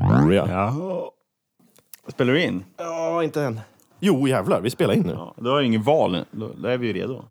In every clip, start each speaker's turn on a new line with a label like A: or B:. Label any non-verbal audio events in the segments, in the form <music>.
A: Victoria.
B: Ja. Spelar du in?
C: Ja, inte än.
A: Jo, jävlar, vi spelar in nu.
B: Ja, då har jag ingen val. Då, då är vi ju redo.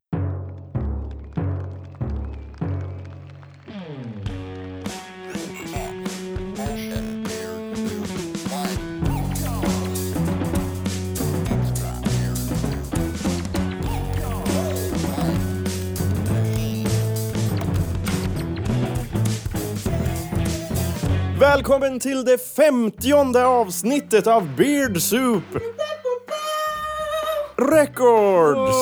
A: Välkommen till det femtionde avsnittet av Beard Soup Records!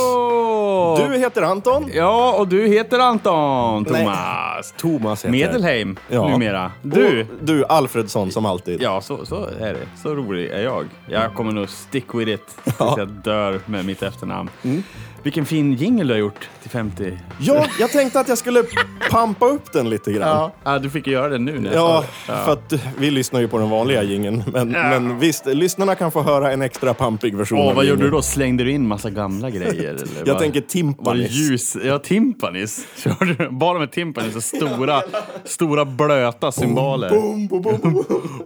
A: Du heter Anton.
B: Ja, och du heter Anton Thomas.
A: Thomas heter jag.
B: Medelheim
A: Ja.
B: numera. Du!
A: Och du Alfredsson som alltid.
B: Ja, så, så är det. Så rolig är jag. Jag kommer nog stick with
A: <laughs>
B: it tills jag dör med mitt efternamn.
A: Mm.
B: Vilken fin jingle du har gjort till 50.
A: Ja, jag tänkte att jag skulle pampa upp den lite grann.
B: Ah, du fick ju göra det nu. när jag
A: Ja,
B: sa det.
A: för att vi lyssnar ju på den vanliga gingen. Men, men visst, lyssnarna kan få höra en extra pampig version.
B: Åh,
A: av
B: vad gjorde
A: jingeln.
B: du då? Slängde du in massa gamla grejer? Eller
A: Jag
B: vad?
A: tänker
B: Var det
A: timpanis.
B: ljus? Ja, timpanis. <laughs> Körde du bara med timpanis och stora, stora blöta cymbaler.
A: Boom, boom, boom,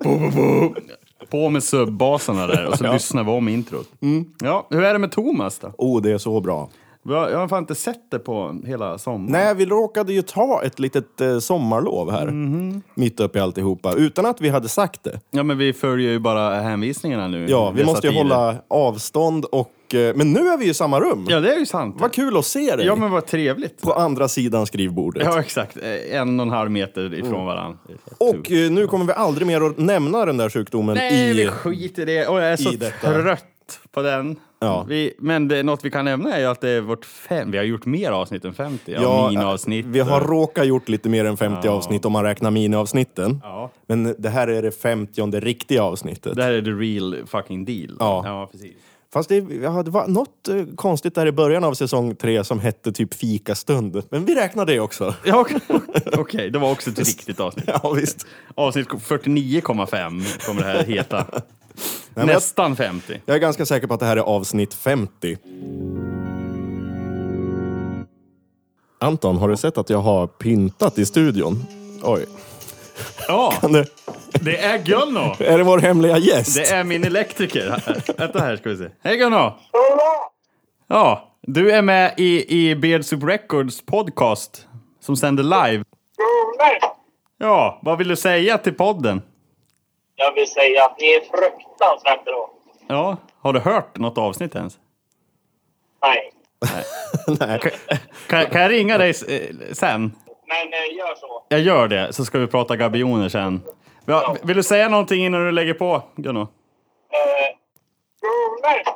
A: boom.
B: På med subbasarna där
A: <laughs>
B: och så lyssnar vi om introt.
A: Mm.
B: Ja, hur är det med Thomas då?
A: Oh, det är så bra.
B: Jag jag har fan inte sett det på hela sommaren.
A: Nej, vi råkade ju ta ett litet eh, sommarlov här.
B: Mhm.
A: Mitt uppe i alltihopa. Utan att vi hade sagt det.
B: Ja, men vi följer ju bara hänvisningarna nu.
A: Ja, vi
B: Dessa
A: måste ju
B: tider.
A: hålla avstånd och... eh, Men nu är vi ju i samma rum.
B: Ja, det är ju sant.
A: Vad kul att se dig
B: Ja, men vad trevligt.
A: på andra sidan skrivbordet.
B: Ja, exakt. Eh, En och en halv meter
A: Mm.
B: ifrån varandra.
A: Och eh, nu kommer vi aldrig mer att nämna den där sjukdomen
B: Nej,
A: i...
B: vi skiter i det. Och jag är så
A: i detta.
B: trött på den.
A: Ja.
B: Vi, men det, något vi kan nämna är ju att det är vårt fem, vi har gjort mer avsnitt än 50. Ja,
A: Ja, äh,
B: miniavsnitt.
A: Vi har råkat gjort lite mer än 50 avsnitt om man räknar miniavsnitten.
B: Ja.
A: Men det här är det 50 riktiga avsnittet.
B: Det här är the real fucking deal.
A: Ja.
B: precis.
A: Fast det, ja, det var något eh, konstigt där i början av säsong tre som hette typ fikastund. Men vi räknar det också. <laughs>
B: Ja, Okej, <laughs> Okej, det var också ett riktigt avsnitt.
A: Ja, visst.
B: Avsnitt 49,5 kommer det här heta.
A: men-
B: Nästan 50.
A: Jag är ganska säker på att det här är avsnitt 50. Anton, har du sett att jag har pyntat i studion? Oj. <laughs>
B: Ja,
A: Det-
B: det är Gunno!
A: Är det vår hemliga gäst?
B: Det är min elektriker. Vänta här ska vi se. Hej Gunno! Ja, du är med i, i Beard Soup Records podcast som sänder live.
D: Roligt!
B: Ja, vad vill du säga till podden?
D: Jag vill säga att ni är fruktansvärt bra.
B: Ja, har du hört något avsnitt ens?
D: Nej,
A: Nej.
B: Kan, kan jag ringa dig s- eh, sen?
D: men eh, gör så.
B: Jag gör det, så ska vi prata gabioner sen. Ja, vill du säga någonting innan du lägger på, Gunno?
D: Eh, Roligt!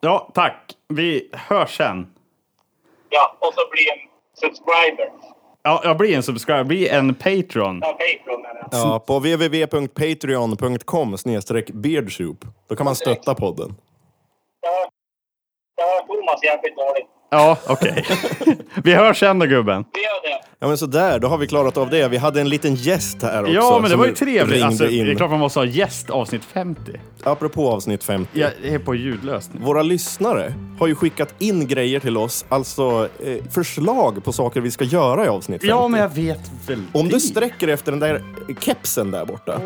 B: Ja, tack. Vi hörs sen.
D: Ja, och så bli en subscriber.
B: Ja, jag blir en subscriber, bli en Patreon.
D: Ja, Patreon menar jag.
A: Ja, på www.patreon.com snedstreck beardsoup. Då kan man stötta podden.
D: Jag- Jag hör Thomas jävligt dåligt.
B: Ja, okej. <laughs> vi hörs sen då, gubben.
D: Vi gör det.
A: Ja men sådär, då har vi klarat av det. Vi hade en liten gäst här också.
B: Ja, men det
A: som
B: var ju trevligt.
A: ringde
B: Alltså, det är
A: in.
B: klart man måste ha gäst avsnitt 50.
A: Apropå avsnitt 50.
B: Jag är på ljudlöst nu.
A: Våra lyssnare har ju skickat in grejer till oss, alltså eh, förslag på saker vi ska göra i avsnitt 50.
B: Ja, men jag vet väl
A: Om du
B: det.
A: sträcker efter den där kepsen där borta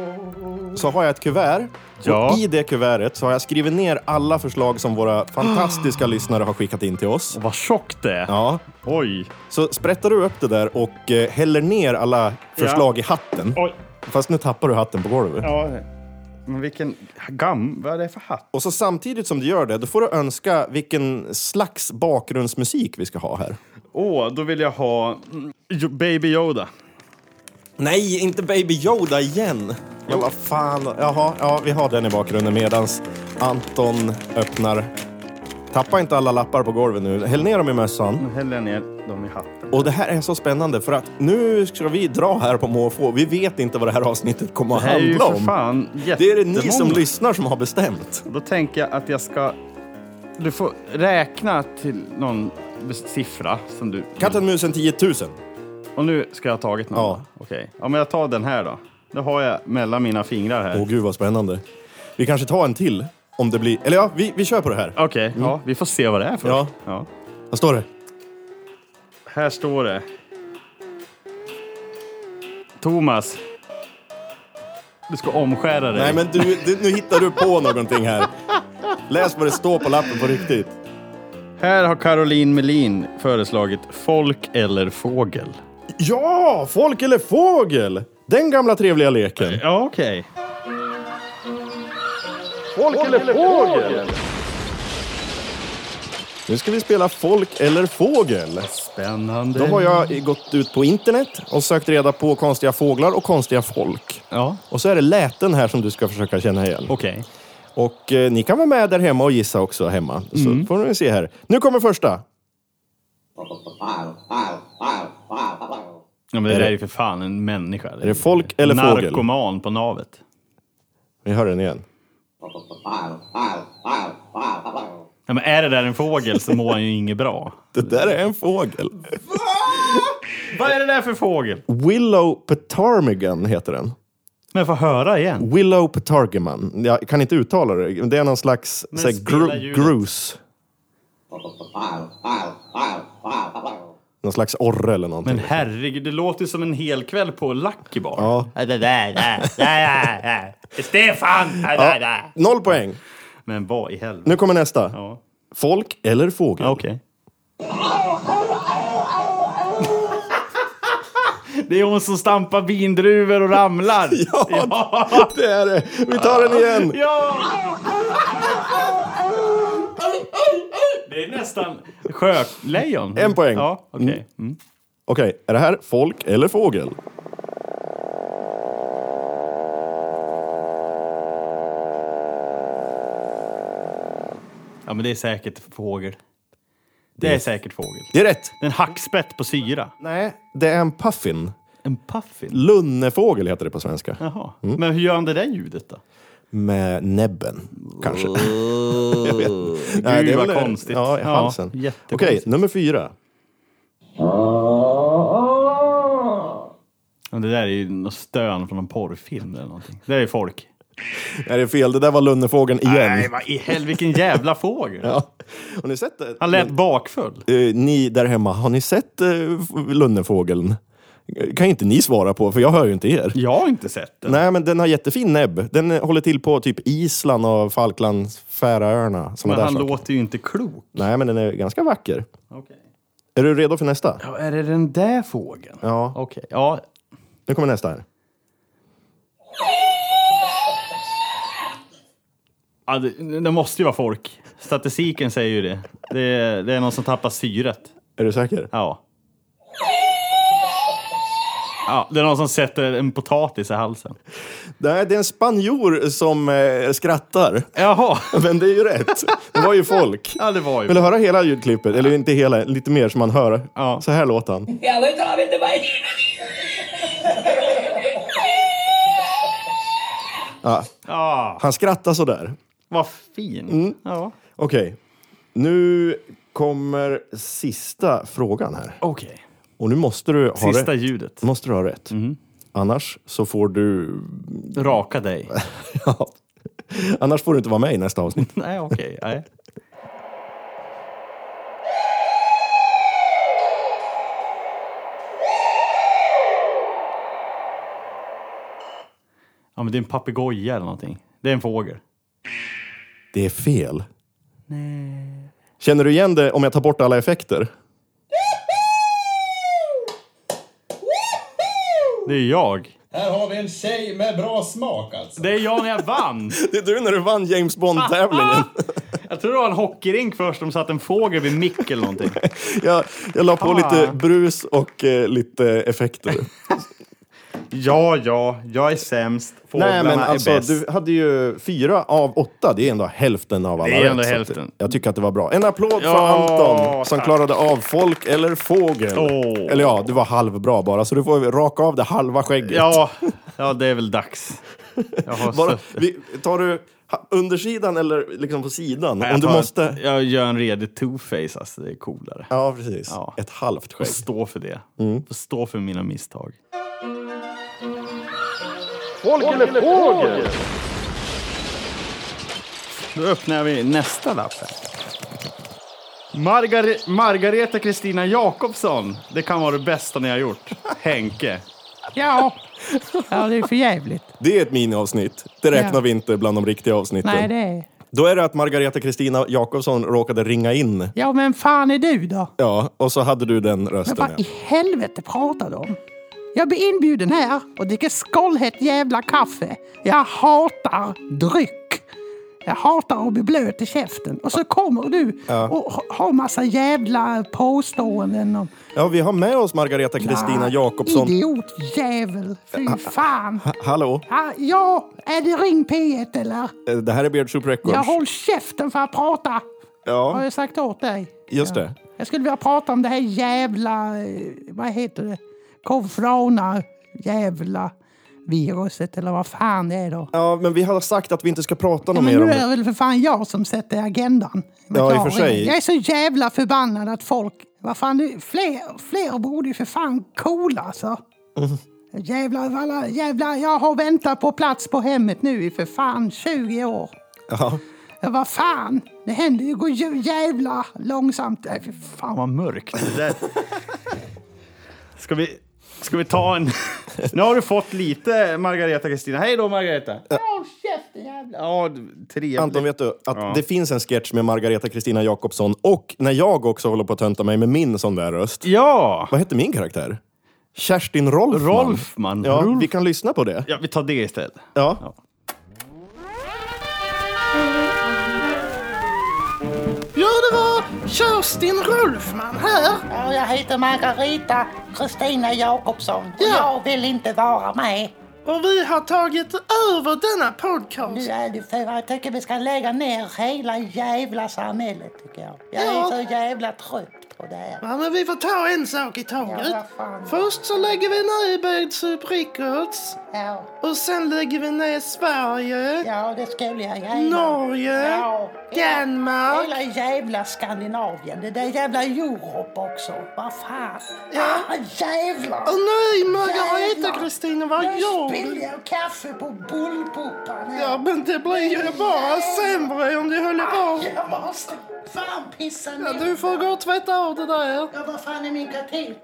A: så har jag ett kuvert.
B: Ja.
A: Och i det kuvertet så har jag skrivit ner alla förslag som våra fantastiska <gasps> lyssnare har skickat in till oss.
B: Vad tjockt det är.
A: Ja,
B: Oj.
A: så sprättar du upp det där och eh, häller ner alla förslag i hatten.
B: Oj.
A: Fast nu tappar du hatten på golvet.
B: Ja. Men vilken gam... Vad är det för hatt?
A: Och så samtidigt som du gör det, då får du önska vilken slags bakgrundsmusik vi ska ha här.
B: Åh, då vill jag ha mm, Jo- Baby Yoda.
A: Nej, inte Baby Yoda igen! Ja, vad fan. Jaha, ja, vi har den i bakgrunden medans Anton öppnar. Tappa inte alla lappar på golvet nu. Häll ner dem i mössan.
B: Nu häller jag ner dem i hatten.
A: Och det här är så spännande för att nu ska vi dra här på måfå. Vi vet inte vad det här avsnittet kommer att
B: Det här är ju
A: handla
B: för
A: om.
B: fan
A: Det är det ni som
B: jättemånga.
A: lyssnar som har bestämt.
B: Då tänker jag att jag ska... Du får räkna till någon bes- siffra som du...
A: Katten, musen, 10 000.
B: Och nu ska jag ha tagit någon?
A: Ja.
B: Okej. Ja, men jag tar den här då. Det har jag mellan mina fingrar här.
A: Åh gud vad spännande. Vi kanske tar en till om det blir... Eller ja, vi, vi kör på det här.
B: Okej, ja, vi får se vad det är för
A: Mm. Ja.
B: ja.
A: Vad står det?
B: Här står det. Thomas. Du ska omskära dig.
A: Nej, men du, du, nu hittar du på någonting här. Läs vad det står på lappen på riktigt.
B: Här har Caroline Melin föreslagit folk eller fågel.
A: Ja, folk eller fågel! Den gamla trevliga leken.
B: Ja, okej.
A: Folk, eller, fågel. Nu ska vi spela folk eller fågel.
B: Spännande.
A: Då har jag gått ut på internet och sökt reda på konstiga fåglar och konstiga folk.
B: Ja,
A: Och så är det läten här som du ska försöka känna igen.
B: okej.
A: Och eh, ni kan vara med där hemma och gissa också hemma. Så får vi se här. Nu kommer första.
B: Ja, men det
A: Är
B: där
A: det-
B: är ju för fan en människa. Är
A: det folk eller fågel?
B: Narkoman på navet.
A: Vi hör den igen.
B: Ja, men är det där en fågel så mår han ju inget bra.
A: Det där är en fågel.
B: Vad är det där för fågel?
A: Willow Petarmigan heter den.
B: Men få höra igen.
A: Willow Petarmigan. Jag kan inte uttala det. Det är någon slags så här,
B: spela
A: gru-
B: ljudet.
A: grus. Någon slags orre eller någonting.
B: Men herregud, det låter ju som en hel kväll på Lucky Bar.
A: Ja.
B: Det där, där, där, där. Stefan! där, där, där.
A: Noll poäng.
B: Men vad i helvete?
A: Nu kommer nästa.
B: Ja.
A: Folk eller fågel?
B: Ja, Okej. Det är hon som stampar vindruvor och <laughs> ramlar.
A: Ja, <laughs> det är det. Vi tar den igen.
B: Ja! Det är nästan sjölejon.
A: En poäng.
B: Ja, okej. Mm.
A: Okej, är det här folk eller fågel?
B: Ja, men det är säkert fågel. Det är säkert fågel.
A: Det är rätt.
B: Det är en hackspett på syra.
A: Nej, det är en puffin.
B: En puffin. Mm.
A: Lunnefågel heter det på svenska.
B: Jaha. Men hur gör han det där ljudet då?
A: Med näbben, kanske. <laughs> Jag vet inte.
B: Oh. Gud,
A: det är
B: vad
A: väl-
B: konstigt.
A: Ja, i
B: Ja,
A: halsen.
B: jättekonstigt.
A: Okej, nummer fyra.
B: Ja, det där är ju något stön från någon porrfilm eller någonting. Det där är folk.
A: Nej, det är fel. Det där var lunnefågeln igen.
B: Nej, vad i helvete, vilken jävla fågel.
A: <laughs> Ja. Har ni sett det?
B: Han lät bakfull.
A: Eh, ni där hemma, har ni sett uh, lunnefågeln? Eh, Kan inte ni svara på, för jag hör ju inte er.
B: Jag har inte sett den.
A: Nej, men den har jättefin näbb. Den eh, håller till på typ Island och Falklands, Färöarna. Såna
B: Men
A: där
B: han
A: saker.
B: låter ju inte klok.
A: Nej, men den är ganska vacker.
B: Okej.
A: Är du redo för nästa?
B: Ja, är det den där fågeln?
A: Ja.
B: Okej, ja.
A: Nu kommer nästa här.
B: ja det, det måste ju vara folk. Statistiken säger ju det. Det är, det är någon som tappar syret.
A: Är du säker?
B: Ja. Ja, det är någon som sätter en potatis i halsen.
A: Nej, det är en spanjor som eh, skrattar.
B: Jaha!
A: Men det är ju rätt. Det var ju folk.
B: Ja, det var ju...
A: Vill du höra hela ljudklippet? Eller inte hela, lite mer som man hör.
B: Ja.
A: Så här låter han.
C: Jag vill ta mig till mig.
B: Ja,
A: Han skrattar så där.
B: vad fin.
A: Mm.
B: Ja.
A: Okej, nu kommer sista frågan här.
B: Okej.
A: Och nu måste du ha,
B: Sista
A: rätt.
B: ljudet.
A: Måste du ha rätt. Annars så får du... <laughs>
B: Raka dig.
A: Ja. Annars får du inte vara med i nästa avsnitt.
B: Nej, okej. Nej. Ja, men det är en papegoja eller någonting. Det är en fågel.
A: Det är fel. Känner du igen det om jag tar bort alla effekter?
B: Det är jag.
E: Här har vi en tjej med bra smak alltså.
B: Det är jag när jag vann!
A: Det är du när du vann James <laughs> Bond-tävlingen.
B: Jag tror det var en hockeyrink först. De satt en fågel vid mick eller någonting.
A: Jag, jag la på lite
B: Fan.
A: brus och eh, lite effekter.
B: <laughs> Ja, ja. Jag är sämst. Fåglarna
A: Nej, men alltså,
B: är bäst.
A: du hade ju fyra av åtta. Det är ändå hälften av alla
B: Det är
A: rätt,
B: ändå
A: så att
B: hälften.
A: Jag tycker att det var bra. En applåd
B: Ja,
A: för Anton som
B: tack.
A: klarade av folk eller fågel.
B: Åh.
A: Eller ja, du var halvbra bara, så du får raka av det halva skägget.
B: Ja, ja, det är väl dags. Jag har
A: Bara,
B: suttit-
A: vi, tar du ha- undersidan eller liksom på sidan?
B: Nej,
A: Om du
B: jag tar-
A: måste...
B: Jag gör en redig two-face, alltså. Det är coolare.
A: Ja, precis.
B: Ja.
A: Ett halvt skägg.
B: Får stå för det.
A: Mm.
B: Får stå för mina misstag. Folk eller fågel? Då öppnar vi nästa lapp. här.
A: <laughs>
B: Margare- Margareta Kristina Jakobsson. Det kan vara det bästa ni har gjort. Henke. Ja.
C: Ja, det är för jävligt.
A: Det är ett miniavsnitt. Det räknar
C: Ja.
A: vi inte bland de riktiga avsnitten.
C: Nej, det är...
A: Då är det att Margareta Kristina Jakobsson råkade ringa in.
C: Ja, men fan är du då?
A: Ja, och så hade du den
C: Men
A: rösten.
C: vad
A: ja.
C: i helvete pratar du om? Jag blir inbjuden här och dricker skållhett jävla kaffe. Jag hatar dryck. Jag hatar att bli blöt i käften. Och så kommer du och ha- har massa jävla påståenden om... Ah,
A: ja, vi har med oss Margareta Kristina Jakobsson.
C: Idiotjävel! Fy fan!
A: Ha- Hallå,
C: Ah, Ja, är det Ring P1 eller?
A: eh, det här är Beard Soup Records.
C: Jag håll käften för att prata! Har
A: Ja,
C: jag sagt åt dig?
A: just det.
C: Jag skulle vilja prata om det här jävla, eh, vad heter det, corona jävla viruset eller vad fan det är då.
A: Ja, men vi har sagt att vi inte ska prata
C: Ja,
A: något
C: men
A: mer
C: nu
A: om
C: är det
A: det.
C: väl för fan jag som sätter agendan.
A: Ja, i och för sig.
C: Jag är så jävla förbannad att folk, vad fan, nu- fler, fler borde ju för fan coola alltså.
A: Mm.
C: Jävlar, alla, jävlar, jag har väntat på plats på hemmet nu i för fan 20 år.
A: Ja.
C: Ja, vad fan, det händer ju, går ju jävla långsamt. Nej, fy fan vad mörkt.
B: Det där. Ska vi, ska vi
A: <laughs>
B: ta en... Nu har du fått lite Margareta Kristina. Hej då Margareta!
C: Håll käften jävla...
B: Ja, du-
A: Anton,
B: trevligt.
A: vet du att det finns en sketch med Margareta Kristina Jakobsson och när jag också håller på att tönta mig med min sån där röst.
B: Ja!
A: Vad hette min karaktär? Kerstin Rolfman.
B: Rolfman.
A: Ja,
B: Rolf-
A: vi kan lyssna på det.
B: Ja, vi tar det istället.
A: Ja.
C: Ja, det var Kerstin Rolfman här.
F: Ja, jag heter Margareta Kristina Jakobsson.
C: Ja.
F: Jag vill inte vara med.
C: Och vi har tagit över denna podcast.
F: Nu är det för jag tycker vi ska lägga ner hela jävla samhället tycker jag. Jag
C: Ja.
F: är så jävla trött på det här.
C: Ja, men vi får ta en sak i taget.
F: Ja, vad fan.
C: Först så lägger vi ner Bad Soup Records.
F: Ja,
C: Och sen lägger vi ner Sverige,
F: ja det skulle jag gärna.
C: Norge,
F: Ja.
C: Danmark.
F: Hela jävla Skandinavien. Det där jävla Europa också. Vad fan.
C: Ja.
F: Ah, jävlar.
C: Och nej, Margareta
F: Jävlar.
C: Kristina, vad
F: Nu
C: gör
F: spiller
C: du?
F: jag kaffe på bullpopparna.
C: Ja, men det blir ju bara sämre om du håller på.
F: Jag måste fan pissa ner.
C: Ja, du får gå och tvätta av det där.
F: Ja, vad fan är min katil?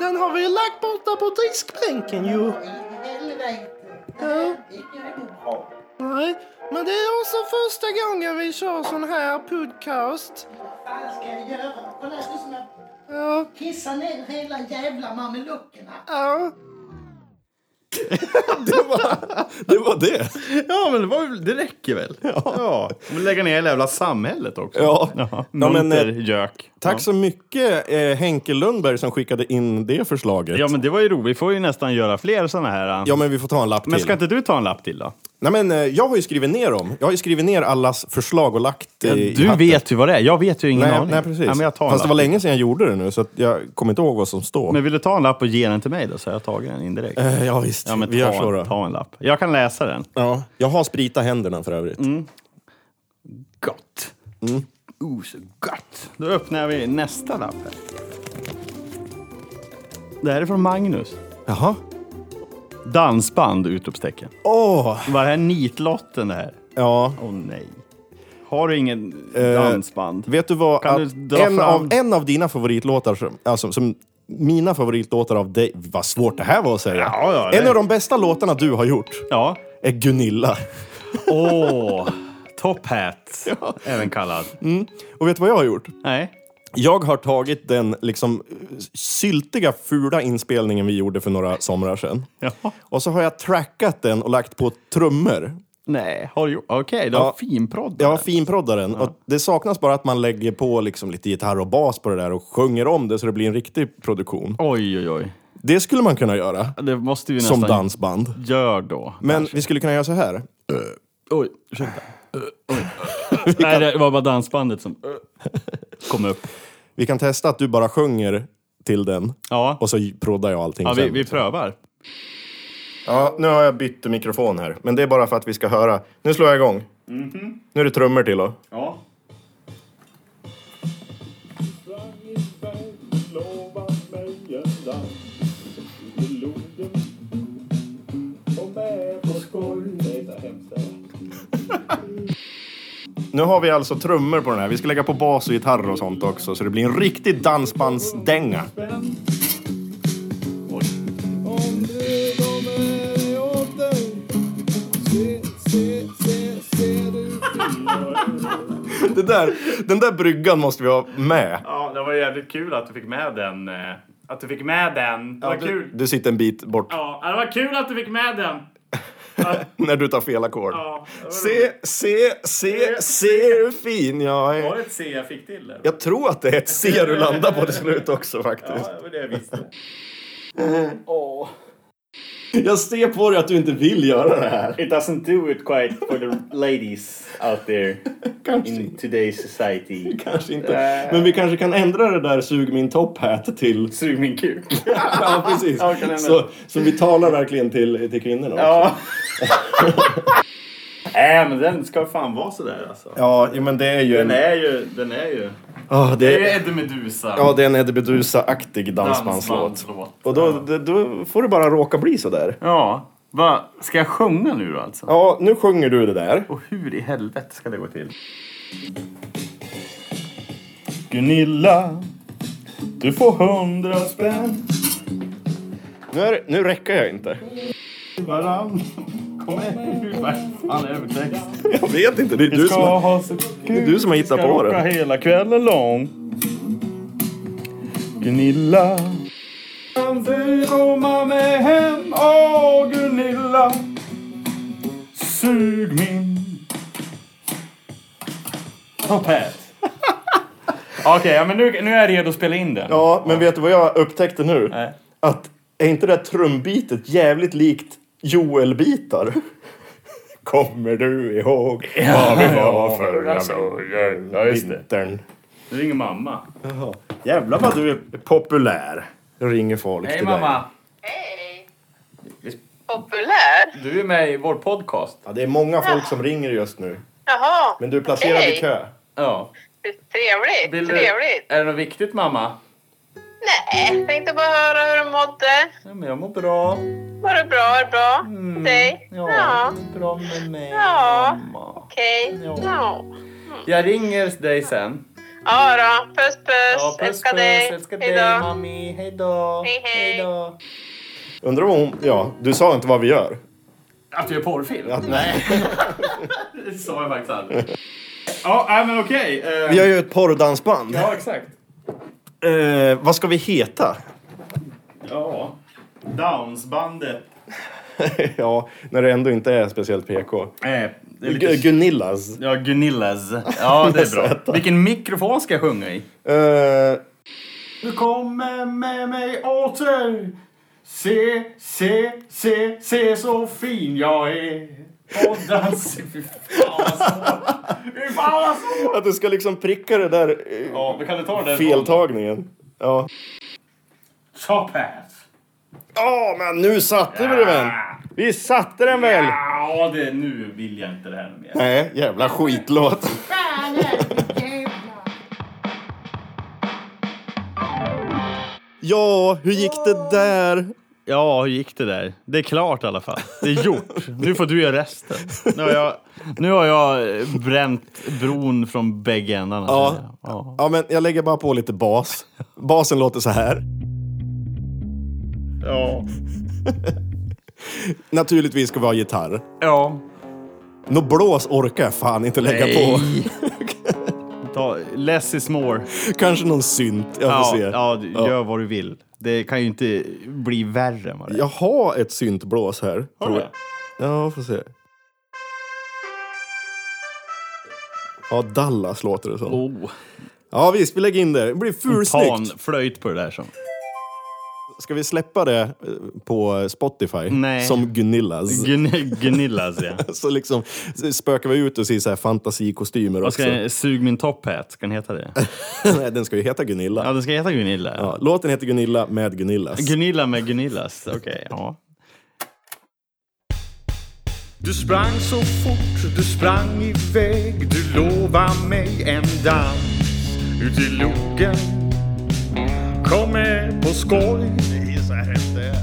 C: Den har vi ju lagt borta på diskbänken ju.
F: Helvete.
C: Ja.
F: Det är ju bra.
C: Nej, men det är också första gången vi kör sån här podcast.
F: Vad fan ska jag göra? Kolla, jag ska snabbt
C: Ja,
F: pissa ner hela jävla mameluckerna.
C: ja.
A: <laughs> Det var det.
B: Ja, men det, var, väl- det räcker väl? Ja. Men lägga ner hela jävla samhället också.
A: Ja.
B: ja
A: Ja, men,
B: Munter
A: eh,
B: gök.
A: Tack
B: ja.
A: så mycket eh, Henke Lundberg som skickade in det förslaget.
B: Ja, men det var ju roligt. Vi får ju nästan göra fler såna här. eh.
A: Ja, men vi får ta en lapp
B: men
A: till.
B: ska inte du ta en lapp till då?
A: Nej, men, eh, jag har ju skrivit ner dem. Jag har ju skrivit ner allas förslag och lagt eh, i
B: Du
A: hatten.
B: vet ju vad det är. Jag vet ju ingen
A: Nej,
B: aning.
A: nej precis.
B: Ja, men jag tar en
A: Fast det
B: lapp.
A: var länge sedan jag gjorde det nu, så att jag kommer inte ihåg vad som står.
B: Men vill du ta en lapp och ge den till mig då, så har jag tagit den indirekt.
A: Eh, ja, visst.
B: Ja, men
A: vi
B: ta,
A: gör så då.
B: ta en lapp. Jag kan läsa den.
A: Ja. Jag har sprita händerna för övrigt.
B: Mm. Gott. Mm. Oh, så gott. Då öppnar vi nästa lapp här. Det här är från Magnus.
A: Jaha.
B: Dansband! Utropstecken.
A: Åh!
B: Var det här nitlotten det här?
A: Ja.
B: Åh nej. Har du ingen
A: Eh,
B: dansband?
A: Vet du vad?
B: Kan
A: att
B: du dra
A: en,
B: fram-
A: av, en av dina favoritlåtar, som, alltså som mina favoritlåtar av dig, vad svårt det här var att säga.
B: Ja, ja,
A: en
B: det-
A: av de bästa låtarna du har gjort
B: Ja.
A: är Gunilla.
B: Åh! Top <laughs> hat, även kallad.
A: Och vet du vad jag har gjort?
B: Mm. Nej.
A: Jag har tagit den liksom syltiga, fula inspelningen vi gjorde för några somrar sedan.
B: Ja.
A: Och så har jag trackat den och lagt på trummor.
B: Nej, har du Okej, du har
A: Ja.
B: finprodd.
A: Jag har finproddat den. Och det saknas bara att man lägger på liksom lite gitarr och bas på det där och sjunger om det så det blir en riktig produktion.
B: Oj, oj, oj.
A: Det skulle man kunna göra.
B: Det måste vi nästan...
A: Som dansband.
B: Gör då.
A: Men vi skulle kunna göra så här.
B: Oj, ursäkta. Oj. Nej, det var bara dansbandet som kom upp.
A: Vi kan testa att du bara sjunger till den
B: Ja,
A: och så proddar jag allting
B: ja vi,
A: sen.
B: vi prövar.
A: Ja, nu har jag bytt mikrofon här, men det är bara för att vi ska höra. Nu slår jag igång.
B: Mhm.
A: Nu är det trummor till då.
B: Ja.
A: Nu har vi alltså trummor på den här. Vi ska lägga på bas och gitarr och sånt också, så det blir en riktig dansbandsdänga.
G: Om du då
A: Det där, den där bryggan måste vi ha med.
B: Ja, det var jävligt kul att du fick med den. eh, Att du fick med den. Det var
A: Du,
B: kul.
A: du sitter en bit bort
B: Ja, det var kul att du fick med den.
A: när du tar fel ackord.
B: Ja, det var
A: Se, se, se, se hur fin jag
B: Var
A: är.
B: det ett C jag fick till? Eller?
A: Jag tror att det är ett C du landar på till slut också faktiskt.
B: Ja, det var det jag visste.
A: Jag ser på dig att du inte vill göra det här.
G: It doesn't do it quite for the ladies out there
A: Kanske,
G: in today's society.
A: <laughs> kanske inte. Men vi kanske kan ändra det där sug min topp hat <laughs> till...
G: Sug min kuk.
A: Ja, precis.
G: Ja, kan ändra.
A: Så, så vi talar verkligen till, till kvinnorna också.
B: <laughs>
G: Ja.
B: Äh,
G: Nej, men den ska fan vara sådär alltså.
A: Ja, jo, men det är ju
G: Den
A: en...
G: är ju, den är ju.
A: Ja,
B: Det
A: det
B: är
A: är,
B: Eddie Meduza.
A: ja, det är en Eddie Meduza-aktig dansbandslåt.
B: Dansbandslåt.
A: Och då, då, då får det bara råka bli så där.
B: Ja. Va? Ska jag sjunga nu då alltså?
A: Ja, nu sjunger du det där.
B: Och hur i helvete ska det gå till?
G: Gunilla, du får hundra spänn
A: Nu, är, det- nu räcker jag inte.
G: varann. Kom igen, vad fan är det för text?
A: Jag vet inte. Det är du som
G: ska
A: har...
G: ha så kul.
A: du som har hittat
G: ska
A: på det.
G: rocka hela kvällen lång. Gunilla. Kan du komma med hem? Åh, Gunilla. Sug min. Topp hat.
B: <laughs> Okej, ja, men nu, nu är jag redo att spela in den.
A: Ja, men vet du vad jag upptäckte nu?
B: Nej.
A: Att är inte det där trumbitet jävligt likt Joel-bitar? <laughs> Kommer du ihåg vad vi var förra
B: Ja, just det.
A: vintern?
B: Nu ringer mamma.
A: Jävlar vad du är populär. Då ringer folk
B: Hej
A: till dig.
B: mamma!
H: Hej! Populär?
B: Du är med i vår podcast.
A: Ja, det är många folk som ringer just nu.
H: Jaha,
A: Men du är placerad i
H: Okej.
A: kö.
B: Ja.
H: trevligt.
B: Vill du-
H: Trevligt.
B: Är det något viktigt mamma?
H: Nej, tänkte bara höra hur du mådde.
B: Ja, men jag mår bra.
H: Var det bra? Är det bra? Dig?
B: Mm, Ja,
H: Ja.
B: det är bra med mig
H: Ja.
B: mamma.
H: Okej.
B: Ja.
H: Ja.
B: Jag ringer dig sen.
H: Ja då. Puss puss.
B: Ja, puss
H: Älskar
B: puss.
H: dig.
B: Älskar
H: Hej
B: dig
H: då.
B: mami. Hej då.
H: Hej, hej.
B: då.
A: Undrar vad hon... Ja, du sa inte vad vi gör.
B: Att vi gör porrfilm?
A: Att, nej.
B: <laughs> Det sa jag faktiskt aldrig. Ja, nej, men okej. eh,
A: Vi har ju ett porrdansband.
B: Ja, exakt.
A: Eh, vad ska vi heta?
B: Ja. Downsbandet.
A: <laughs> ja, när det ändå inte är speciellt PK.
B: Eh, det är
A: Gu-
B: lite...
A: Gunillas.
B: Ja, Gunillas. Ja,
A: <laughs>
B: det är bra. Vilken mikrofon ska jag sjunga i?
A: Eh,
B: Du kommer med mig åter Se, se, se, se så fin jag är Och dans... <laughs> Fy fan vad svårt! Fy fan vad svårt!
A: att du ska liksom pricka det där eh,
B: Ja, vi kan du ta den där?
A: feltagningen. Ja.
B: Top hat!
A: Ja, men nu satte vi den! Vi satte den väl!
B: Ja, det, nu vill jag inte det här mer.
A: Nej, jävla skitlåt. Ja, hur gick det där?
B: Ja, hur gick det där? Det är klart i alla fall. Det är gjort. Nu får du göra resten. Nu har jag, nu har jag eh, bränt bron från bägge ändarna.
A: Ja.
B: ja.
A: Ja, men jag lägger bara på lite bas. Basen låter så här.
B: Ja.
A: Naturligtvis ska vi ha gitarr.
B: ja.
A: Nå blås orkar jag fan inte lägga på.
B: Ta, less is more.
A: Kanske någon synt, jag får se.
B: ja, du- gör vad du vill. Det kan ju inte bli värre än vad det är.
A: Jag har ett syntblås här. Har
B: du
A: jag. Ja, får se. Ja, Dallas låter det som.
B: Oh,
A: Ja, visst, vi lägger in det. Det blir fulsnyggt.
B: panflöjt på det där som.
A: Ska vi släppa det eh, på Spotify?
B: Nej.
A: Som Gunillas.
B: Gn- Gnillas ja.
A: <laughs> så liksom spökar vi ut och i så här fantasikostymer
B: Vad
A: också.
B: ska den, sug min topp hat, ska den heta det?
A: <laughs> Nej, den ska ju heta Gunilla.
B: Ja,
A: Ja.
B: den ska heta Gunilla. Ja.
A: låten heter Gunilla med Gunillas.
B: Gunilla med Gunillas, okej. ja.
G: Du sprang så fort, du sprang iväg Du lovar mig en dans ut i logen Kom med på skoj Det är så hemskt det är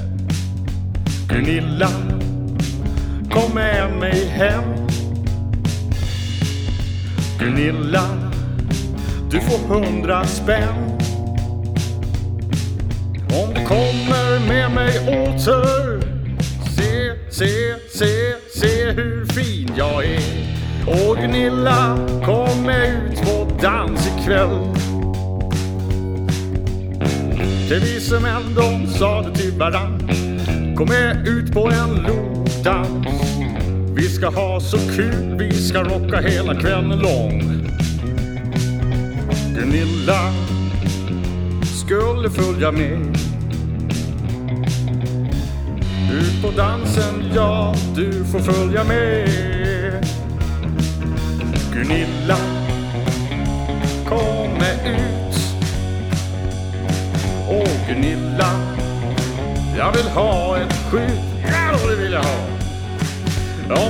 G: Gunilla Kom med mig hem Gunilla Du får hundra spänn om du kommer med mig åter Se, se, se, se hur fin jag är
B: Och Gunilla kommer ut på dans ikväll. Det vi som en de sa det till varann. Kom med ut på en lodans. Vi ska ha så kul, vi ska rocka hela kvällen lång. Gunilla skulle följa med. Ut på dansen, ja, du får följa med. Gunilla, kom med ut. Åh, Gunilla, jag vill ha ett skydd. Ja, då, det vill jag ha.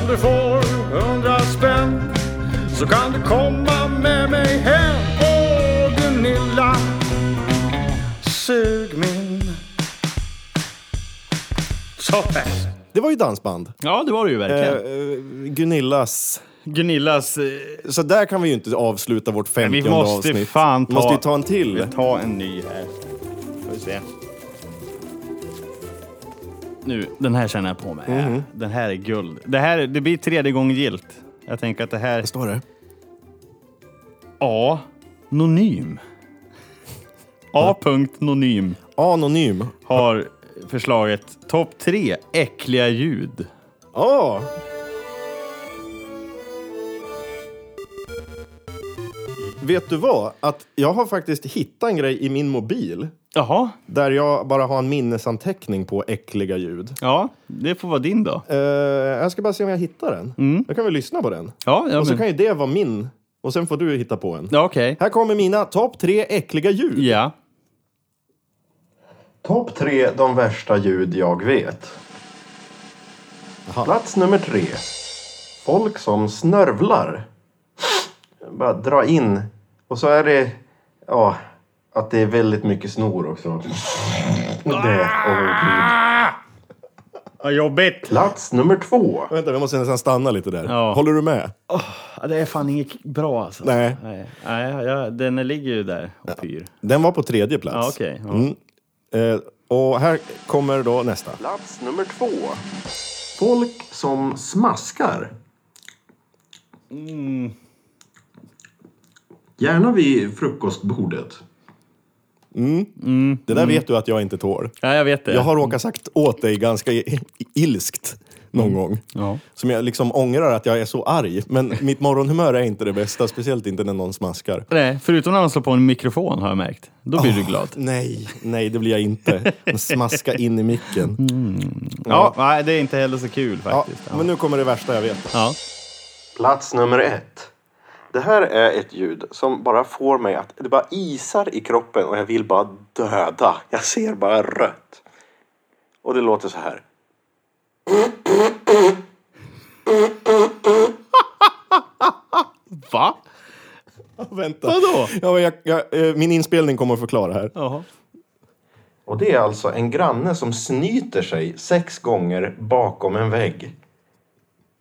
B: Om du får hundra spänn så kan du komma med mig hem. Åh, Gunilla, sug min toppen.
A: Det var ju dansband.
B: Ja, det var det ju verkligen.
A: Eh, eh, Gunillas.
B: Gunillas... eh,
A: Så där kan vi ju inte avsluta vårt 50
B: vi måste
A: avsnitt.
B: fan ta-
A: Vi måste ju ta en till.
B: Vi tar en ny här. Får vi se. Nu, den här känner jag på mig.
A: Mhm.
B: Den här är guld. Det här det blir tredje gången gilt. Jag tänker att det här...
A: Står det?
B: A. Nonym. A. punkt Nonym
A: Anonym.
B: har förslaget topp tre äckliga ljud.
A: Ja! Vet du vad? Att jag har faktiskt hittat en grej i min mobil
B: Jaha,
A: där jag bara har en minnesanteckning på äckliga ljud.
B: ja, det får vara din då.
A: Eh, jag ska bara se om jag hittar den. Då kan vi lyssna på den.
B: Mm. Ja, ja,
A: Och så
B: men-
A: kan ju det vara min. Och sen får du hitta på en.
B: ja okej.
A: Här kommer mina topp tre äckliga ljud.
B: Ja.
A: Topp tre de värsta ljud jag vet. Plats nummer tre. Folk som snörvlar. Bara dra in. Och så är det... Ja, att det är väldigt mycket snor också. Och Det, åh gud.
B: Vad jobbigt.
A: Plats nummer två. Vänta, vi måste nästan stanna lite där.
B: Ja.
A: Håller du med?
B: Ja, det är fan inget bra alltså.
A: Nej.
B: Nej, nej ja, den ligger ju där och pyr.
A: Den var på tredje plats.
B: Ja, okej. Ja.
A: Mm. Eh, och här kommer då nästa. Plats nummer två. Folk som smaskar. Gärna vid frukostbordet. Det
B: Mm.
A: där vet du att jag inte tål.
B: Ja, jag vet det.
A: Jag har råkat sagt åt dig ganska i- ilskt någon gång.
B: Mm. Ja.
A: Som jag liksom ångrar att jag är så arg.
B: <laughs>
A: Men mitt morgonhumör är inte det bästa. Speciellt inte när någon smaskar.
B: Nej, förutom när man slår på en mikrofon har jag märkt. Då blir du glad.
A: Nej, nej det blir jag inte. Men Smaska in i micken.
B: Mm. Ja, nej, det är inte heller så kul
A: Ja,
B: faktiskt. Ja,
A: men nu kommer det värsta jag vet.
B: ja.
A: Plats nummer ett. Det här är ett ljud som bara får mig att... Det bara isar i kroppen och jag vill bara döda. Jag ser bara rött. Och det låter så här.
B: Va?
A: <laughs> Vänta.
B: Vadå?
A: Ja, jag, jag, eh, min inspelning kommer att förklara här.
B: Jaha.
A: Och det är alltså en granne som snyter sig sex gånger bakom en vägg.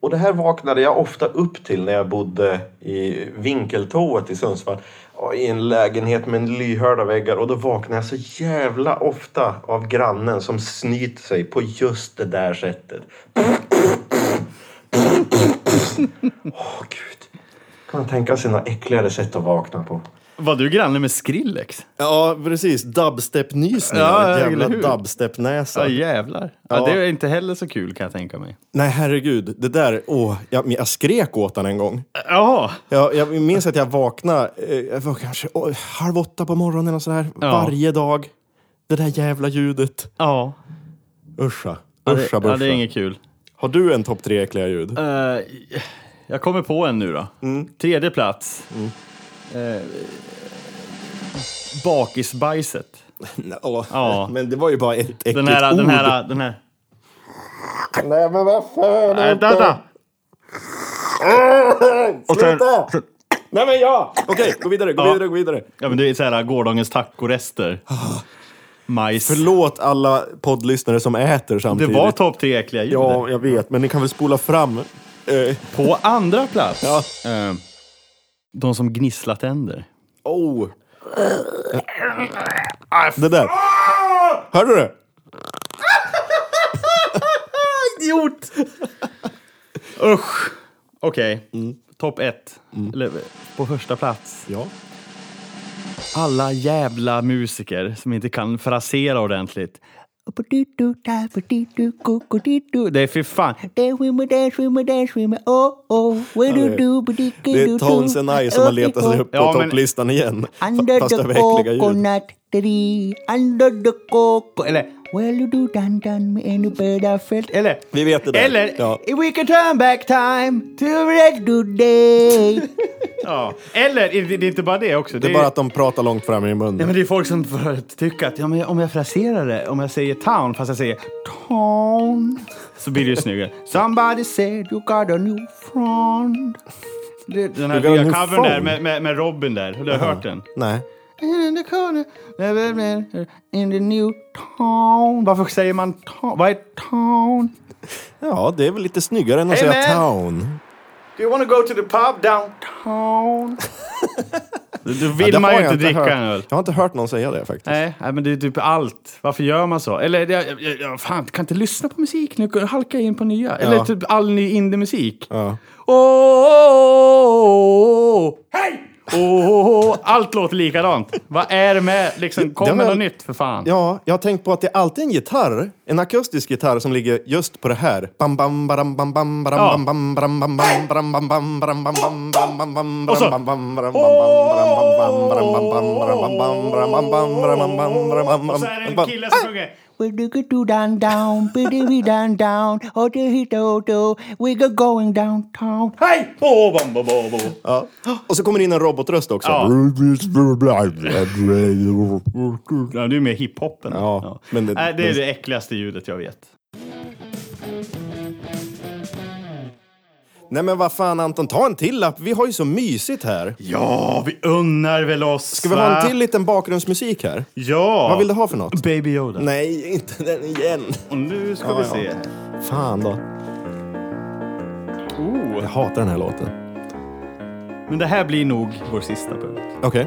A: Och det här vaknade jag ofta upp till när jag bodde i Vinkeltoet i Sundsvall. Ja, I en lägenhet med en lyhörda väggar och då vaknade jag så jävla ofta av grannen som snyter sig på just det där sättet. Åh gud. Kan man tänka sig några äckligare sätt att vakna på?
B: Var du granne med Skrillex?
A: Ja, precis. Dubstep-nysningar.
B: Ja,
A: Jävla
B: eller hur?
A: dubstep-näsa.
B: Ja, jävlar. Ja,
A: Ja.
B: Det är inte heller så kul kan jag tänka mig.
A: Nej, herregud. Det där... Åh, jag, men jag skrek åt honom en gång.
B: Jaha.
A: Jag, jag minns att jag vaknade... Eh, jag var kanske åh, halv åtta på morgonen och sådär.
B: Ja.
A: Varje dag. Det där jävla ljudet.
B: Ja.
A: Uscha.
B: Ja,
A: Uscha,
B: det, ja,
A: buscha.
B: det är inget kul.
A: Har du en topp tre äckliga ljud? <laughs>
B: Eh, jag kommer på en nu då. Tredje plats. Mm. bakisbajset.
A: Nej, åh,
B: ja.
A: Men det var ju bara ett äckligt
B: Den här,
A: ord.
B: den här, den här.
A: Nej, men vad fan.
B: Äh,
A: vänta. <laughs> Och sen- Nej, men ja! Okej, gå vidare, gå
B: Ja.
A: vidare, gå vidare.
B: Ja, men det är så här gårdagens tacorester. Majs.
A: Förlåt alla poddlyssnare som äter
B: Det
A: samtidigt.
B: var topp tre äckliga ljud.
A: Ja, jag vet, men ni kan väl spola fram. Eh,
B: På andra plats.
A: Ja.
B: eh, de som gnisslar tänder.
A: oh.
B: Äh,
A: Det där. Hörde du det?
B: <laughs>
A: Mm.
B: Idiot! Usch. Okej. topp ett. Eller på första plats.
A: Ja.
B: Alla jävla musiker som inte kan frasera ordentligt. Det är för fan.
C: Oh,
A: Det är Tones and I som har letat sig upp på
B: Ja, men-
A: topplistan igen.
C: Under
A: Fast
C: the
A: över äckliga ljud.
C: coconut tree, under the coco... Eller... Well you do done done me any better felt...
B: Eller,
A: Vi vet det där.
B: eller
A: Ja.
B: If we can turn back time to red good
A: <laughs>
C: Today.
B: Ja. Eller, det det är inte bara det också.
A: Det är bara att de pratar långt fram i
B: Nej,
A: munnen.
B: men det är folk som börjar tycka att ja, men om jag fraserar det, om jag säger town fast jag säger town, så blir det ju snyggare. Somebody said you got a new front. Det- Den här
A: You got a
B: nya
A: new
B: covern där
A: phone.
B: med, med, med Robin där, har du hört den?
A: Nej.
B: In the corner, in the new town. Varför säger man town? Vad är town?
A: Ja, det är väl lite snyggare än att
B: Hey,
A: säga
B: man.
A: town.
B: Do you wanna go to the pub <laughs> downtown? Då vill
A: Ja, det
B: man
A: har
B: ju
A: jag
B: inte dricka
A: hört.
B: en öl.
A: Jag har inte hört någon säga det faktiskt.
B: Nej, nej, men det är typ allt. Varför gör man så? Eller, jag, jag, jag fan, kan inte lyssna på musik nu. Jag halkar in på nya. Eller typ all ny indie-musik.
A: Ja.
B: Åh, åh, Hej! Åh, allt låter likadant. Vad är det med... Liksom, kom
A: Det
B: med
A: var-
B: något nytt för fan.
A: Ja, jag har tänkt på att det är alltid en gitarr, en akustisk gitarr som ligger just på det här. Bam bam baram bam bam baram
B: Ja.
A: bam bam baram bam bam baram bam bam baram bam bam bam bam bam
B: Och så-
A: baram bam bam baram bam bam baram bam bam baram bam bam baram bam bam baram bam bam baram bam bam
B: Och så är det
A: baram
B: en
A: bam.
B: kille som sjunger.
C: We do go do down down, biddy we down down, oh do he do do, we go going downtown.
B: Hej! Åh, bam, bam, bam, bam.
A: Ja. Och så kommer det in en robotröst också.
B: Ja.
A: Ja.
B: Ja, du är med i hiphopen.
A: Ja, men det-
B: Nej, det är
A: men-
B: det äckligaste ljudet jag vet.
A: Nej men vad fan Anton, ta en till lapp. Vi har ju så mysigt här.
B: Ja, vi unnar väl oss.
A: Ska vi ha en till liten bakgrundsmusik här?
B: Ja.
A: Vad vill du ha för något?
B: Baby Yoda.
A: Nej, inte den igen.
B: Och nu ska vi se.
A: Fan då. Jag hatar den här låten.
B: Men det här blir nog vår sista punkt.
A: Okej.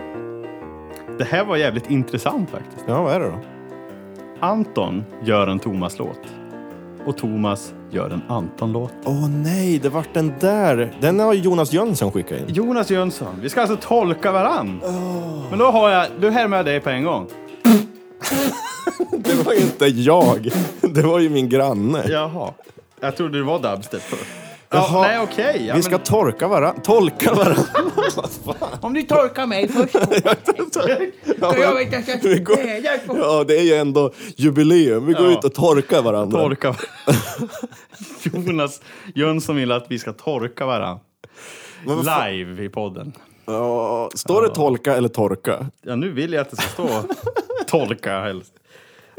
B: Det här var jävligt intressant faktiskt.
A: Ja, vad är det då?
B: Anton gör en Thomas-låt. Och Thomas gör en Anton-låt.
A: Åh nej, det vart den där. Den har Jonas Jönsson skickat in.
B: Jonas Jönsson, vi ska alltså tolka varann. Men då har jag, du härmar jag dig på en gång.
A: <laughs> Det var ju inte jag. Det var ju min granne.
B: Jaha. Jag trodde det var dubstep först. Ja,
A: Jaha.
B: nej okej. Ja,
A: Vi
B: men
A: ska torka varann. Tolka <laughs> varann.
I: Om du torkar mig först. Jag vet att jag
A: Vi går... Ja, det är ju ändå jubileum. Vi går
B: Ja.
A: ut och torkar varandra.
B: Torka var- <laughs> Jonas Jönsson vill att vi ska torka varann. Live i podden.
A: Ja, Står det tolka eller torka?
B: Ja, nu vill jag att det ska stå tolka helst.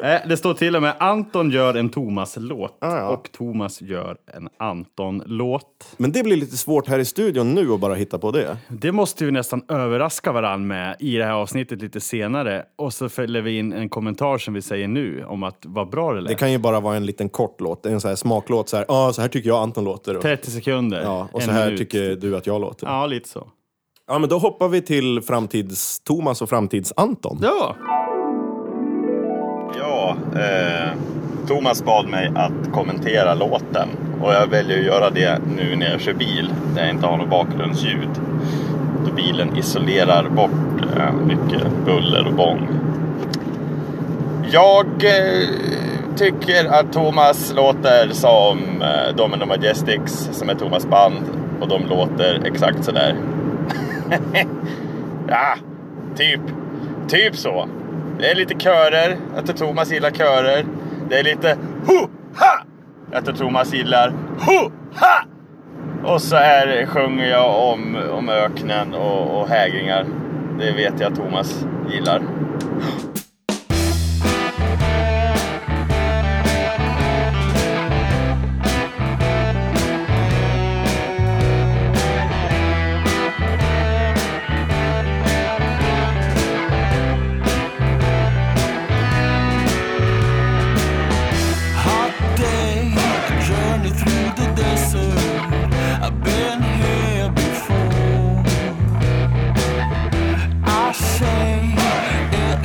B: Nej, det står till och med Anton gör en Thomas-låt
A: Ah, ja.
B: och Thomas gör en Anton-låt.
A: Men det blir lite svårt här i studion nu att bara hitta på det.
B: Det måste vi nästan överraska varann med i det här avsnittet lite senare. Och så fäller vi in en kommentar som vi säger nu om att vad bra det lät.
A: Det kan ju bara vara en liten kort låt, en så här smaklåt. Så här, ah, så här tycker jag Anton låter. Och,
B: 30 sekunder.
A: ja, och
B: en
A: så här
B: minut.
A: tycker du att jag låter.
B: Ja, lite så.
A: Ja, men då hoppar vi till framtids-Thomas och framtids-Anton.
B: Ja!
J: Ja, eh, Thomas bad mig att kommentera låten och jag väljer att göra det nu när jag kör bil där jag inte har något bakgrundsljud. Då bilen isolerar bort eh, mycket buller och bång. Jag eh, tycker att Thomas låter som eh, Domino Majestics som är Thomas band och de låter exakt sådär. ja, typ. Typ så. Det är lite körer. Jag tror Thomas gillar körer. Det är lite ho-ha! Jag tror Thomas gillar ho-ha! Och så här sjunger jag om, om öknen och, och hägringar. Det vet jag Thomas gillar.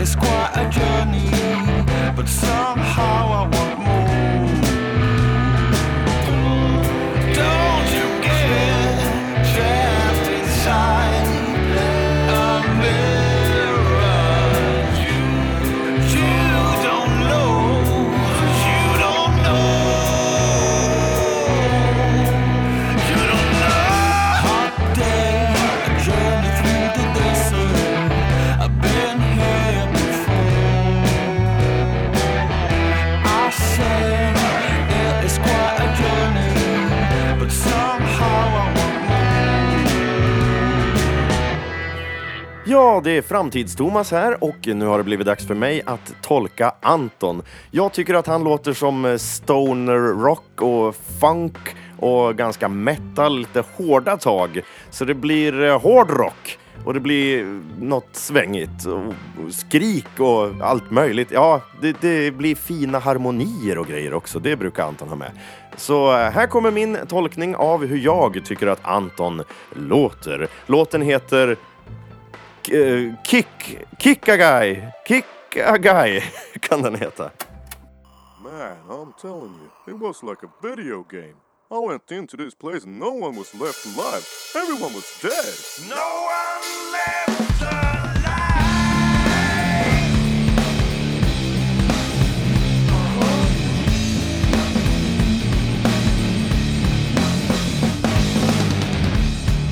K: It's quite
A: Ja, det är Framtids-Thomas här och nu har det blivit dags för mig att tolka Anton. Jag tycker att han låter som eh, stoner rock och funk och ganska metal, lite hårda tag. Så det blir eh, hård rock och det blir eh, något svängigt och och skrik och allt möjligt. Ja, det, det blir fina harmonier och grejer också. Det brukar Anton ha med. Så eh, här kommer min tolkning av hur jag tycker att Anton låter. Låten heter K- eh, Kick... Kickagai! Kickagai <laughs> kan den heta.
L: Man, I'm telling you, it was like a video game. I went into this place and no one was left alive. Everyone was dead. No one left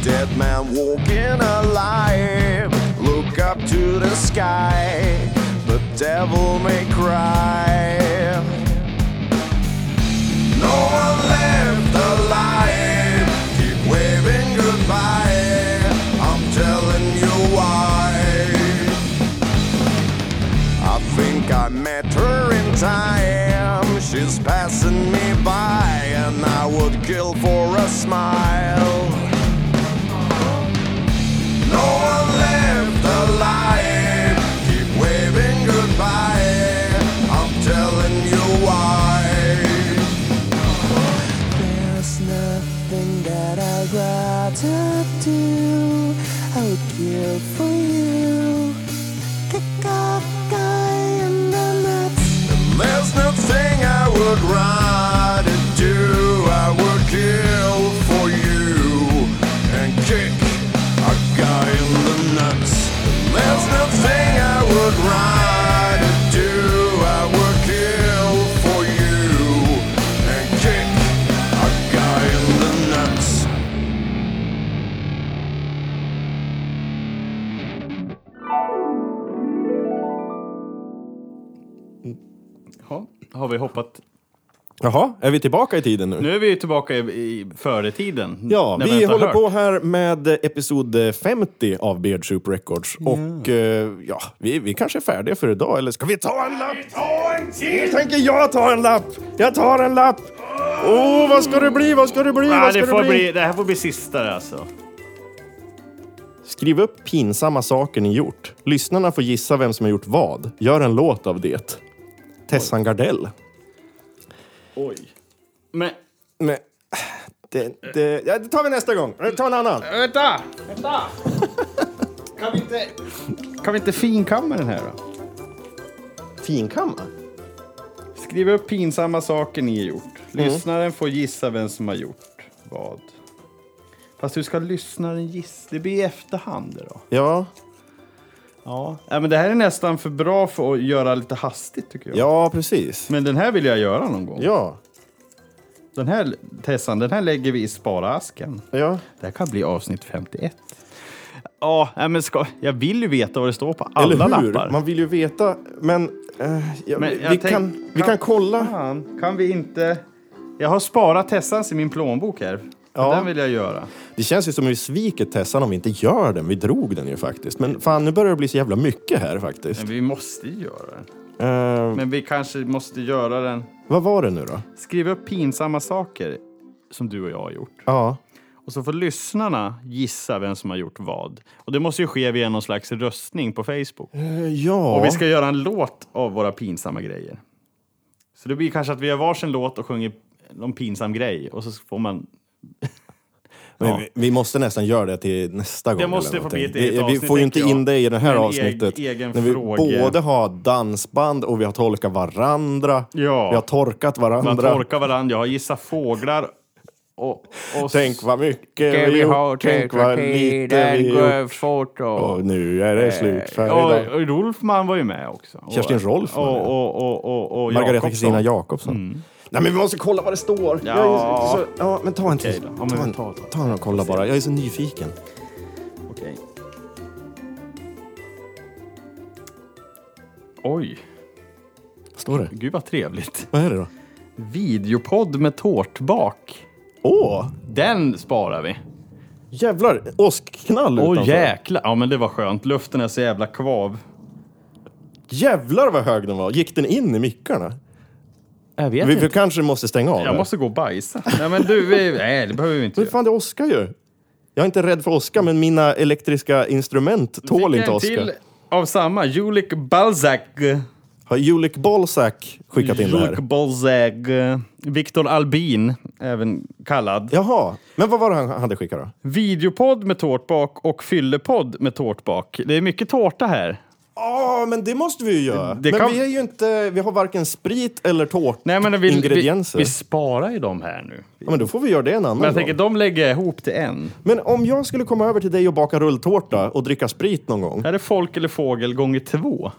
M: Dead man walking alive. Look up to the sky. The devil may cry. No one left alive. Keep waving goodbye. I'm telling you why. I think I met her in time. She's passing me by, and I would kill for a smile. No one left alive. Keep waving goodbye. I'm telling you why. There's nothing that I'd rather do. I would kill for you. Kick off guy in the nuts. And there's nothing I would rather do. I would kill for you and kick a guy in the nuts. There's nothing I would ride to do. I would kill for you and kick a guy in the nuts.
C: Jaha, har vi hoppat.
A: Jaha, är vi tillbaka i tiden nu?
C: Nu är vi tillbaka i, i före tiden.
A: Ja,
C: När
A: vi
C: inte har
A: håller
C: hört.
A: på här med episod 50 av Beard Soup Records. Och eh, ja, vi, vi kanske är färdiga för idag, eller ska vi ta en lapp? Nu tänker jag ta en lapp! Jag tar en lapp! Åh, oh, vad ska det bli? Vad ska det bli?
C: Nej,
A: vad ska
C: det,
A: det,
C: får
A: bli?
C: bli, det här får bli sista det alltså.
A: Skriv upp pinsamma saker ni gjort. Lyssnarna får gissa vem som har gjort vad. Gör en låt av det. Tessan Gardell.
C: Oj. Men...
A: Men... Det, det, ja, det tar vi nästa gång. Ta en annan.
C: Vänta!
N: Vänta!
C: Kan vi inte... Kan vi inte finkamma den här då?
A: Finkamma?
C: Skriv upp pinsamma saker ni gjort.
A: Mm.
C: Lyssnaren får gissa vem som har gjort vad. Fast hur ska lyssnaren gissa? Det blir i efterhand det då.
A: Ja.
C: Ja. Nej, men det här är nästan för bra för att göra lite hastigt tycker jag.
A: Ja, precis.
C: Men den här vill jag göra någon gång.
A: Ja.
C: Den här, Tessan, den här lägger vi i sparasken.
A: Ja.
C: Det här kan bli avsnitt 51. Ja, nej, men ska, jag vill ju veta vad det står på alla
A: Eller hur?
C: lappar.
A: Man vill ju veta, men... eh, ja,
C: Men
A: vi,
C: jag
A: vi,
C: tänk-
A: kan, vi kan kolla.
C: Fan, kan vi inte... Jag har sparat Tessans i min plånbok här.
A: Ja.
C: Den vill jag göra.
A: Det känns ju som vi sviker Tessan om vi inte gör den. Vi drog den ju faktiskt. Men fan, nu börjar det bli så jävla mycket här faktiskt.
C: Men vi måste ju göra den.
A: Eh,
C: Men vi kanske måste göra den...
A: Vad var det nu då?
C: Skriv upp pinsamma saker som du och jag har gjort.
A: Ja.
C: Och så får lyssnarna gissa vem som har gjort vad. Och det måste ju ske via någon slags röstning på Facebook.
A: Eh, ja.
C: Och vi ska göra en låt av våra pinsamma grejer. Så det blir kanske att vi gör varsin låt och sjunger någon pinsam grej och så får man...
A: Men
C: Ja.
A: vi, vi måste nästan göra det till nästa gång.
C: Det måste
A: eller
C: få bli ett
A: någonting.
C: eget
A: Vi- Vi
C: avsnitt,
A: får ju inte
C: tänker jag.
A: in det i det här
C: Med en e-
A: avsnittet.
C: egen- egen
A: när vi
C: fråga.
A: både har dansband och vi har tolkat varandra.
C: Ja.
A: Vi har torkat varandra.
C: Man torkar varandra, jag har gissat fåglar och... och
A: Tänk vad mycket vi har gjort. Tänk vad lite vi har gjort.
C: fort
A: Och nu är det slut för idag.
C: Och, och Rolfman var ju med också. Och-
A: Kerstin Rolfman,
C: Och,
A: ja.
C: och, och, och, och
A: Margareta
C: Jakobsson.
A: Kristina Jakobsson. Nej, men vi måste kolla vad det står.
C: Mm. Ja.
A: Jag är så, ja men ta en
C: Okej
A: till.
C: då. Ja, men
A: Ta en,
C: ta- ta.
A: ta en och kolla bara. Jag är så nyfiken.
C: Okej. Oj,
A: Vad står det?
C: gud vad trevligt.
A: Vad är det då?
C: Videopodd med tårtbak.
A: Åh!
C: Den sparar vi.
A: Jävlar, åskknall
B: Åh
A: utanför.
B: jäklar! Ja men det var skönt. Luften är så jävla kvav.
A: Jävlar vad hög den var. Gick den in i mickarna?
B: Jag vet
A: vi,
B: inte.
A: vi kanske måste stänga av.
B: Jag måste gå och bajsa. Nej men du, vi, nej det behöver vi inte
A: Men fan, det åskar ju. Jag är inte rädd för åska, men mina elektriska instrument tål
B: Fick
A: inte
B: en
A: åska.
B: till av samma, Julik Balzac.
A: Har Julik Balzac skickat in det här?
B: Julik Balzac. Viktor Albin, även kallad.
A: Jaha, men vad var det han hade skickat då?
B: Videopodd med tårtbak och fyllepodd med tårtbak. Det är mycket tårta här.
A: Ja, men det måste vi ju göra.
B: Det
A: men
B: kan-
A: vi, är ju inte, vi har varken sprit eller
B: Nej, men vi, vi,
A: tårtingredienser.
B: vi sparar ju de här nu.
A: Ja, men då får vi göra det en annan
B: Men jag
A: gång.
B: tänker, de lägger jag ihop till en.
A: Men om jag skulle komma över till dig och baka rulltårta och dricka sprit någon gång.
B: Är det folk eller fågel gånger två?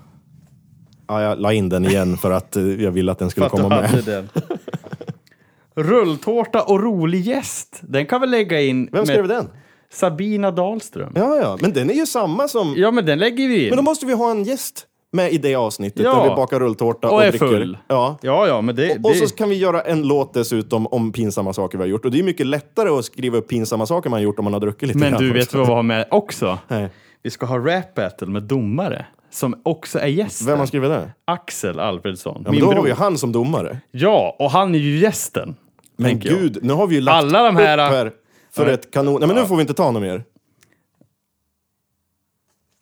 A: Ja, jag la in den igen för att eh, jag ville att den skulle
B: För att
A: komma
B: du hade
A: med. <laughs>
B: den. Rulltårta och rolig gäst. Den kan vi lägga in.
A: Vem skrev den?
B: Sabina Dahlström.
A: Ja, ja, men den är ju samma som...
B: Ja, men den lägger vi in.
A: Men då måste vi ha en gäst med i det avsnittet
B: Ja.
A: där vi bakar rulltårta och,
B: och är
A: dricker.
B: full.
A: Ja.
B: ja, ja, men det...
A: Och
B: det...
A: så kan vi göra en låt dessutom om pinsamma saker vi har gjort. Och det är mycket lättare att skriva upp pinsamma saker man har gjort om man har druckit lite
B: Men
A: grann
B: du,
A: också.
B: vet vad vi har med också?
A: Nej.
B: Vi ska ha rap battle med domare, som också är gästen.
A: Vem har skrivit det?
B: Axel Alfredsson,
A: Ja, men
B: min
A: då
B: bror.
A: har vi ju han som domare.
B: Ja, och han är ju gästen.
A: Men
B: tänker jag.
A: gud, nu har vi ju lagt
B: Alla de här-
A: upp här för
B: Ja.
A: ett kanon... Nej, men nu får vi inte ta något mer.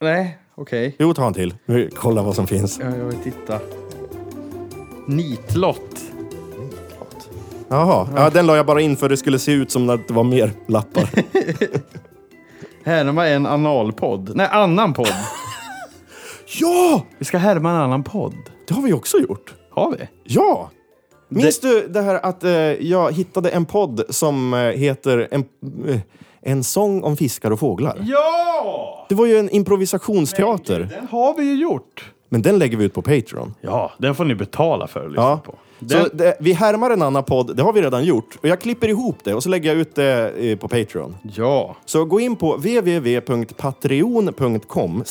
B: Nej, okej.
A: Jo, ta en till. Vi kollar vad som finns.
B: Ja, jag vill titta. Nitlott.
A: Jaha, ja, den la jag bara in för det skulle se ut som när det var mer lappar.
B: Härma en analpodd. Nej, annan podd.
A: <laughs> ja!
B: Vi ska härma en annan podd.
A: Det har vi också gjort.
B: Har vi?
A: Ja! Minns du det här att eh, jag hittade en podd som eh, heter en, eh, en sång om fiskar och fåglar?
B: Ja!
A: Det var ju en improvisationsteater.
B: Den har vi ju gjort.
A: Men den lägger vi ut på Patreon.
B: Ja, den får ni betala för att lyssna
A: Ja.
B: på.
A: Så det, vi härmar en annan podd, det har vi redan gjort. Och jag klipper ihop det och så lägger jag ut det eh, på Patreon.
B: Ja.
A: Så gå in på www.patreon.com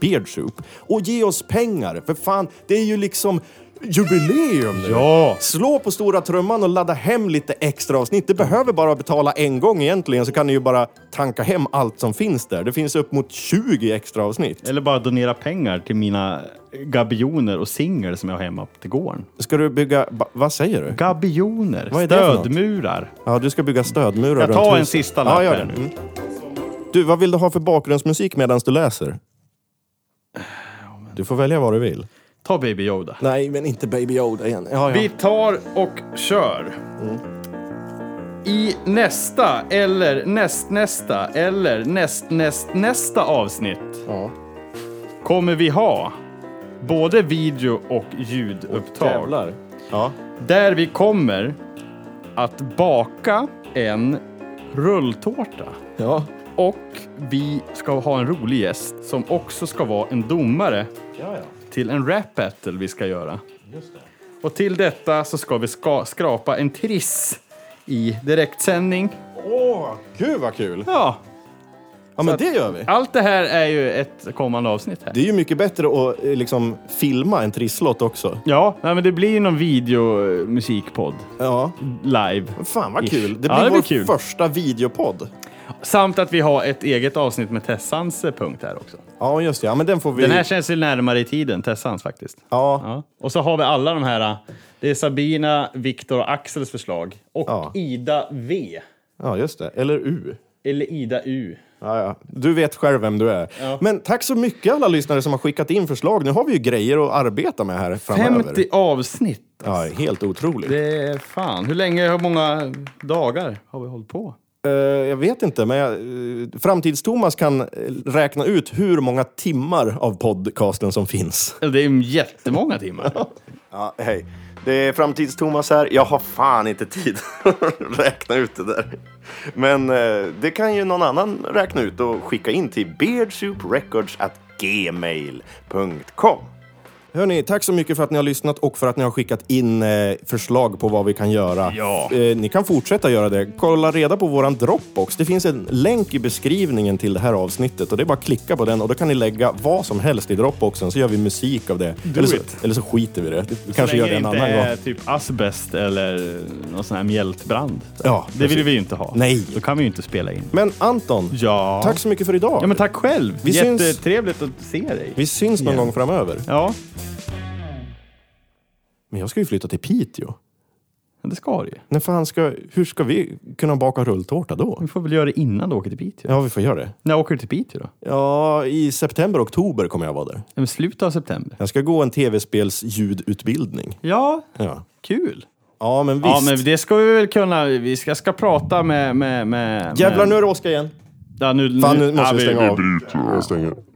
A: beardsoup och ge oss pengar. För fan, det är ju liksom jubileum nu.
B: Ja.
A: Slå på stora trumman och ladda hem lite extra avsnitt. Det behöver bara betala en gång egentligen så kan ni ju bara tanka hem allt som finns där. Det finns upp mot 20 extra avsnitt.
B: Eller bara donera pengar till mina gabioner och singel som jag har hemma till gården.
A: Ska du bygga... ba- Vad säger du?
B: Gabioner,
A: Vad är det för något?
B: stödmurar.
A: Ja, du ska bygga stödmurar
B: Jag
A: runt
B: tar en
A: huset.
B: sista lapp
A: ja, gör det.
B: här nu.
A: Mm. Du, vad vill du ha för bakgrundsmusik medan du läser? Du får välja vad du vill.
B: Ta Baby Yoda.
A: Nej, men inte Baby Yoda igen. Ja, ja.
B: Vi tar och kör. Mm. I nästa eller nästnästa eller nästnästnästa avsnitt kommer vi ha både video och ljudupptag.
A: Jävlar. Ja.
B: där vi kommer att baka en rulltårta.
A: Ja.
B: Och vi ska ha en rolig gäst som också ska vara en domare
A: Ja, ja.
B: till en rap battle vi ska göra. Och till detta så ska vi ska skrapa en triss i direktsändning.
A: Åh, gud vad kul!
B: Ja,
A: Ja, men det gör vi.
B: allt det här är ju ett kommande avsnitt här.
A: Det är ju mycket bättre att eh, liksom filma en trisslott också.
B: Ja, nej, men det blir ju någon videomusikpodd
A: Ja.
B: live.
A: Fan vad kul! Det blir,
B: Ja, det blir
A: vår
B: kul.
A: första videopodd.
B: Samt att vi har ett eget avsnitt med Tessans eh, punkt här också.
A: Ja, just det. Ja, men den får vi...
B: Den här känns ju närmare i tiden, Tessans faktiskt.
A: Ja.
B: Ja. Och så har vi alla de här. äh, Det är Sabina, Viktor och Axels förslag. Och
A: Ja.
B: Ida V.
A: ja, just det. Eller U.
B: Eller Ida U.
A: Ja, ja. Du vet själv vem du är. Men tack så mycket alla lyssnare som har skickat in förslag. Nu har vi ju grejer att arbeta med här framöver.
B: 50 avsnitt.
A: Ja, helt otroligt.
B: Det är fan. Hur länge, hur många dagar har vi hållit på?
A: Eh, jag vet inte, men jag, eh, Framtids-Thomas kan eh, räkna ut hur många timmar av podcasten som finns.
B: Eller Det är jättemånga timmar.
A: Ja, hej. Det är Framtids-Thomas här. Jag har fan inte tid <laughs> att räkna ut det där. Men eh, det kan ju någon annan räkna ut och skicka in till beardsouprecords@gmail.com. Hörni, tack så mycket för att ni har lyssnat och för att ni har skickat in eh, förslag på vad vi kan göra.
B: Ja.
A: Eh, ni kan fortsätta göra det. Kolla reda på våran Dropbox. Det finns en länk i beskrivningen till det här avsnittet och det är bara att klicka på den och då kan ni lägga vad som helst i Dropboxen så gör vi musik av det.
B: Do
A: Eller så,
B: it.
A: eller så skiter vi i det. Vi
B: Så
A: kanske
B: länge
A: gör det en
B: inte
A: annan
B: är
A: gång.
B: typ asbest eller någon sån här mjältbrand.
A: Ja,
B: det vill
A: precis.
B: vi ju inte ha.
A: Nej.
B: Då kan vi ju inte spela in.
A: Men Anton,
B: ja.
A: tack så mycket för idag.
B: Ja, men tack själv.
A: Vi syns-
B: Jättetrevligt att se dig.
A: Vi syns någon
B: Igen.
A: gång framöver.
B: Ja.
A: Men jag ska ju flytta till Piteå.
B: Det ska du ju.
A: När fan ska, hur ska vi kunna baka rulltårta då?
B: Vi får väl göra det innan du åker till Piteå.
A: Ja, vi får göra det.
B: När åker du till Piteå då?
A: Ja, i september, oktober kommer jag vara där.
B: Men slutet av september?
A: Jag ska gå en tv-spels ljudutbildning.
B: Ja,
A: Ja.
B: kul.
A: Ja, men visst.
B: Ja, men det ska vi väl kunna. Vi ska, ska prata med... med, med
A: Jävlar,
B: med...
A: nu är det Oskar igen.
B: Ja, nu,
A: Fan, nu måste
B: ja,
A: vi stänga av.
O: Jag stänger.